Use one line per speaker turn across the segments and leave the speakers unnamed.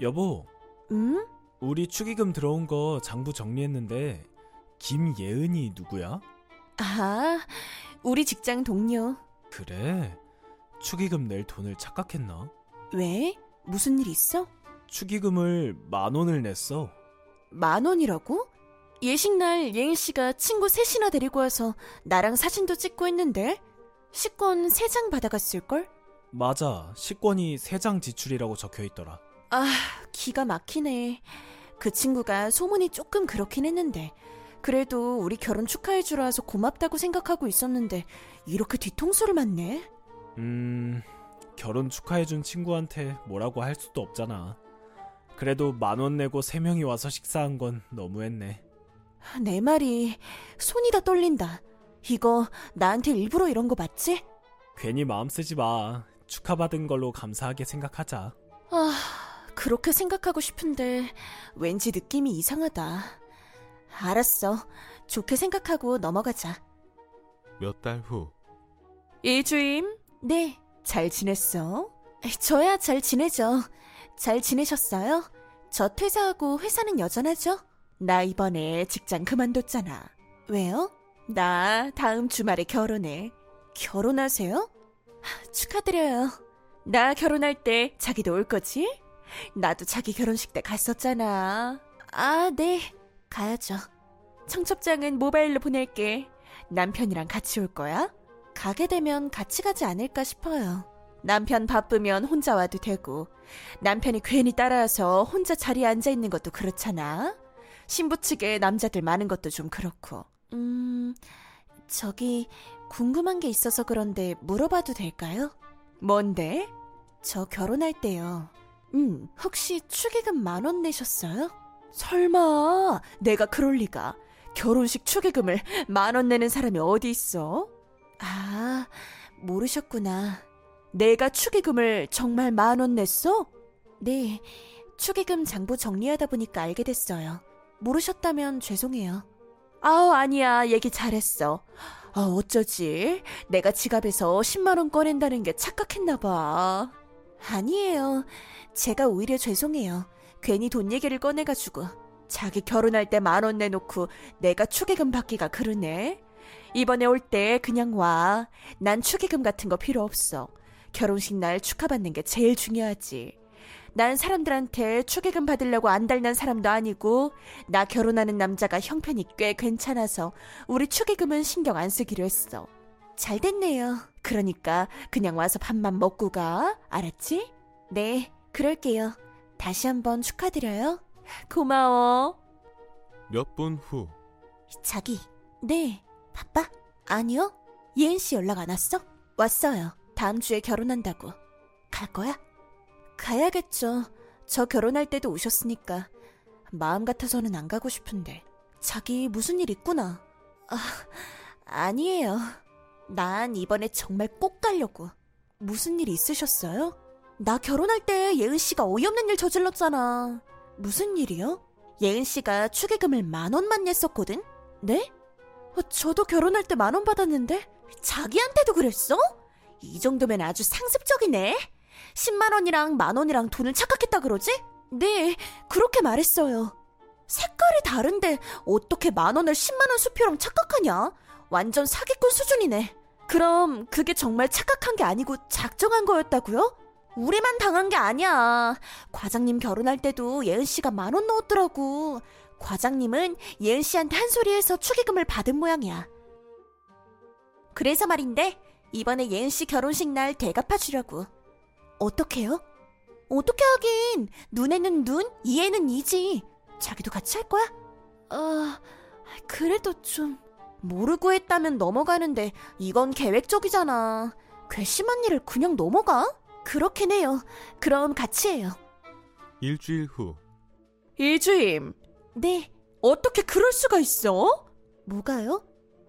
여보,
응?
우리 축의금 들어온 거 장부 정리했는데 김예은이 누구야?
아, 우리 직장 동료.
그래? 축의금 낼 돈을 착각했나?
왜? 무슨 일 있어?
축의금을 만 원을 냈어.
만 원이라고? 예식날 예인 씨가 친구 셋이나 데리고 와서 나랑 사진도 찍고 했는데 식권 세 장 받아갔을걸?
맞아, 식권이 세 장 지출이라고 적혀 있더라.
아, 기가 막히네. 그 친구가 소문이 조금 그렇긴 했는데 그래도 우리 결혼 축하해주러 와서 고맙다고 생각하고 있었는데 이렇게 뒤통수를 맞네.
음, 결혼 축하해준 친구한테 뭐라고 할 수도 없잖아. 그래도 만 원 내고 세 명이 와서 식사한 건 너무했네.
내 말이 손이 다 떨린다. 이거 나한테 일부러 이런 거 맞지?
괜히 마음 쓰지 마. 축하받은 걸로 감사하게 생각하자.
아, 그렇게 생각하고 싶은데 왠지 느낌이 이상하다. 알았어. 좋게 생각하고 넘어가자.
몇 달 후,
일주임? 네, 잘 지냈어? 저야 잘 지내죠. 잘 지내셨어요? 저 퇴사하고 회사는 여전하죠? 나 이번에 직장 그만뒀잖아. 왜요? 나 다음 주말에 결혼해. 결혼하세요? 하, 축하드려요. 나 결혼할 때 자기도 올 거지? 나도 자기 결혼식 때 갔었잖아. 아, 네. 가야죠. 청첩장은 모바일로 보낼게. 남편이랑 같이 올 거야? 가게 되면 같이 가지 않을까 싶어요. 남편 바쁘면 혼자 와도 되고, 남편이 괜히 따라와서 혼자 자리에 앉아 있는 것도 그렇잖아. 신부 측에 남자들 많은 것도 좀 그렇고. 음, 저기, 궁금한 게 있어서 그런데 물어봐도 될까요? 뭔데? 저 결혼할 때요. 음, 혹시 축의금 만 원 내셨어요? 설마, 내가 그럴 리가. 결혼식 축의금을 만 원 내는 사람이 어디 있어? 아, 모르셨구나. 내가 축의금을 정말 만 원 냈어? 네, 축의금 장부 정리하다 보니까 알게 됐어요. 모르셨다면 죄송해요. 아우, 아니야. 얘기 잘했어. 아, 어쩌지? 내가 지갑에서 10만원 꺼낸다는 게 착각했나봐. 아니에요. 제가 오히려 죄송해요. 괜히 돈 얘기를 꺼내가지고. 자기 결혼할 때 만 원 내놓고 내가 축의금 받기가 그러네. 이번에 올 때 그냥 와. 난 축의금 같은 거 필요 없어. 결혼식 날 축하받는 게 제일 중요하지. 난 사람들한테 축의금 받으려고 안달난 사람도 아니고, 나 결혼하는 남자가 형편이 꽤 괜찮아서 우리 축의금은 신경 안 쓰기로 했어. 잘 됐네요. 그러니까 그냥 와서 밥만 먹고 가. 알았지? 네, 그럴게요. 다시 한번 축하드려요. 고마워.
몇 분 후,
자기. 네. 바빠? 아니요. 예은 씨 연락 안 왔어? 왔어요. 다음 주에 결혼한다고. 갈 거야? 가야겠죠. 저 결혼할 때도 오셨으니까. 마음 같아서는 안 가고 싶은데. 자기 무슨 일 있구나. 아, 아니에요. 난 이번에 정말 꼭 가려고. 무슨 일 있으셨어요? 나 결혼할 때 예은 씨가 어이없는 일 저질렀잖아. 무슨 일이요? 예은 씨가 축의금을 만 원만 냈었거든? 네? 어, 저도 결혼할 때 만 원 받았는데 자기한테도 그랬어? 이 정도면 아주 상습적이네. 10만 원이랑 만 원이랑 돈을 착각했다 그러지? 네, 그렇게 말했어요. 색깔이 다른데 어떻게 만 원을 10만 원 수표랑 착각하냐? 완전 사기꾼 수준이네. 그럼 그게 정말 착각한 게 아니고 작정한 거였다고요? 우리만 당한 게 아니야. 과장님 결혼할 때도 예은 씨가 만 원 넣었더라고. 과장님은 예은 씨한테 한 소리해서 축의금을 받은 모양이야. 그래서 말인데 이번에 예은 씨 결혼식 날 대갚아 주려고. 어떻게요? 어떻게 하긴 눈에는 눈, 이에는 이지. 자기도 같이 할 거야? 어, 그래도 좀 모르고 했다면 넘어가는데 이건 계획적이잖아. 괘씸한 일을 그냥 넘어가? 그렇긴 해요. 그럼 같이 해요.
일주일 후,
일주임. 네. 어떻게 그럴 수가 있어? 뭐가요?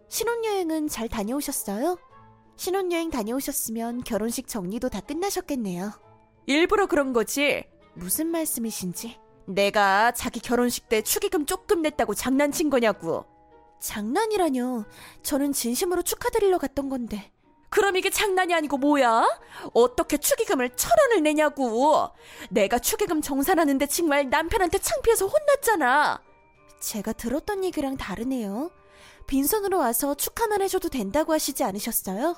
신혼여행은 잘 다녀오셨어요? 신혼여행 다녀오셨으면 결혼식 정리도 다 끝나셨겠네요. 일부러 그런 거지? 무슨 말씀이신지? 내가 자기 결혼식 때 축의금 조금 냈다고 장난친 거냐고. 장난이라뇨. 저는 진심으로 축하드리러 갔던 건데. 그럼 이게 장난이 아니고 뭐야? 어떻게 축의금을 천 원을 내냐고. 내가 축의금 정산하는데 정말 남편한테 창피해서 혼났잖아. 제가 들었던 얘기랑 다르네요. 빈손으로 와서 축하만 해줘도 된다고 하시지 않으셨어요?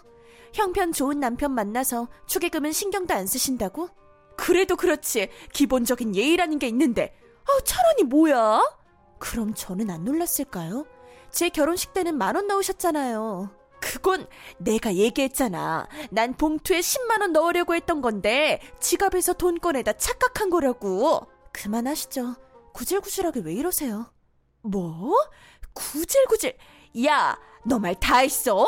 형편 좋은 남편 만나서 축의금은 신경도 안 쓰신다고? 그래도 그렇지. 기본적인 예의라는 게 있는데. 아우, 천 원이 뭐야? 그럼 저는 안 놀랐을까요? 제 결혼식 때는 만 원 넣으셨잖아요. 그건 내가 얘기했잖아. 난 봉투에 10만 원 넣으려고 했던 건데 지갑에서 돈 꺼내다 착각한 거라고. 그만하시죠. 구질구질하게 왜 이러세요? 뭐? 구질구질. 야, 너 말 다 했어?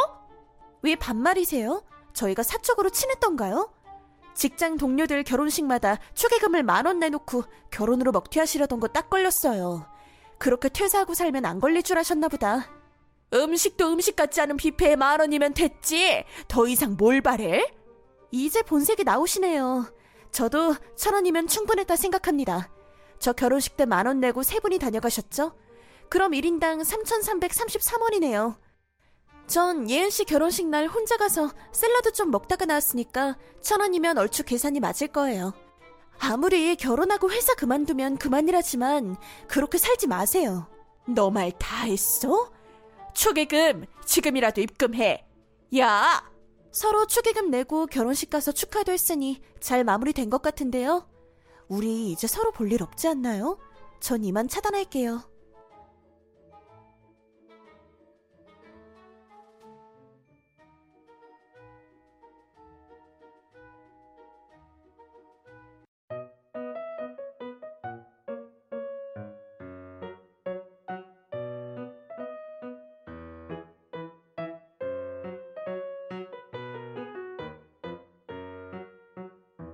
왜 반말이세요? 저희가 사적으로 친했던가요? 직장 동료들 결혼식마다 축의금을 만 원 내놓고 결혼으로 먹튀하시려던 거 딱 걸렸어요. 그렇게 퇴사하고 살면 안 걸릴 줄 아셨나 보다. 음식도 음식 같지 않은 뷔페에 만 원이면 됐지. 더 이상 뭘 바래? 이제 본색이 나오시네요. 저도 천 원이면 충분했다 생각합니다. 저 결혼식 때 만 원 내고 세 분이 다녀가셨죠? 그럼 1인당 3,333원이네요. 전 예은 씨 결혼식 날 혼자 가서 샐러드 좀 먹다가 나왔으니까 천 원이면 얼추 계산이 맞을 거예요. 아무리 결혼하고 회사 그만두면 그만이라지만 그렇게 살지 마세요. 너 말 다 했어? 축의금 지금이라도 입금해. 야! 서로 축의금 내고 결혼식 가서 축하도 했으니 잘 마무리된 것 같은데요. 우리 이제 서로 볼 일 없지 않나요? 전 이만 차단할게요.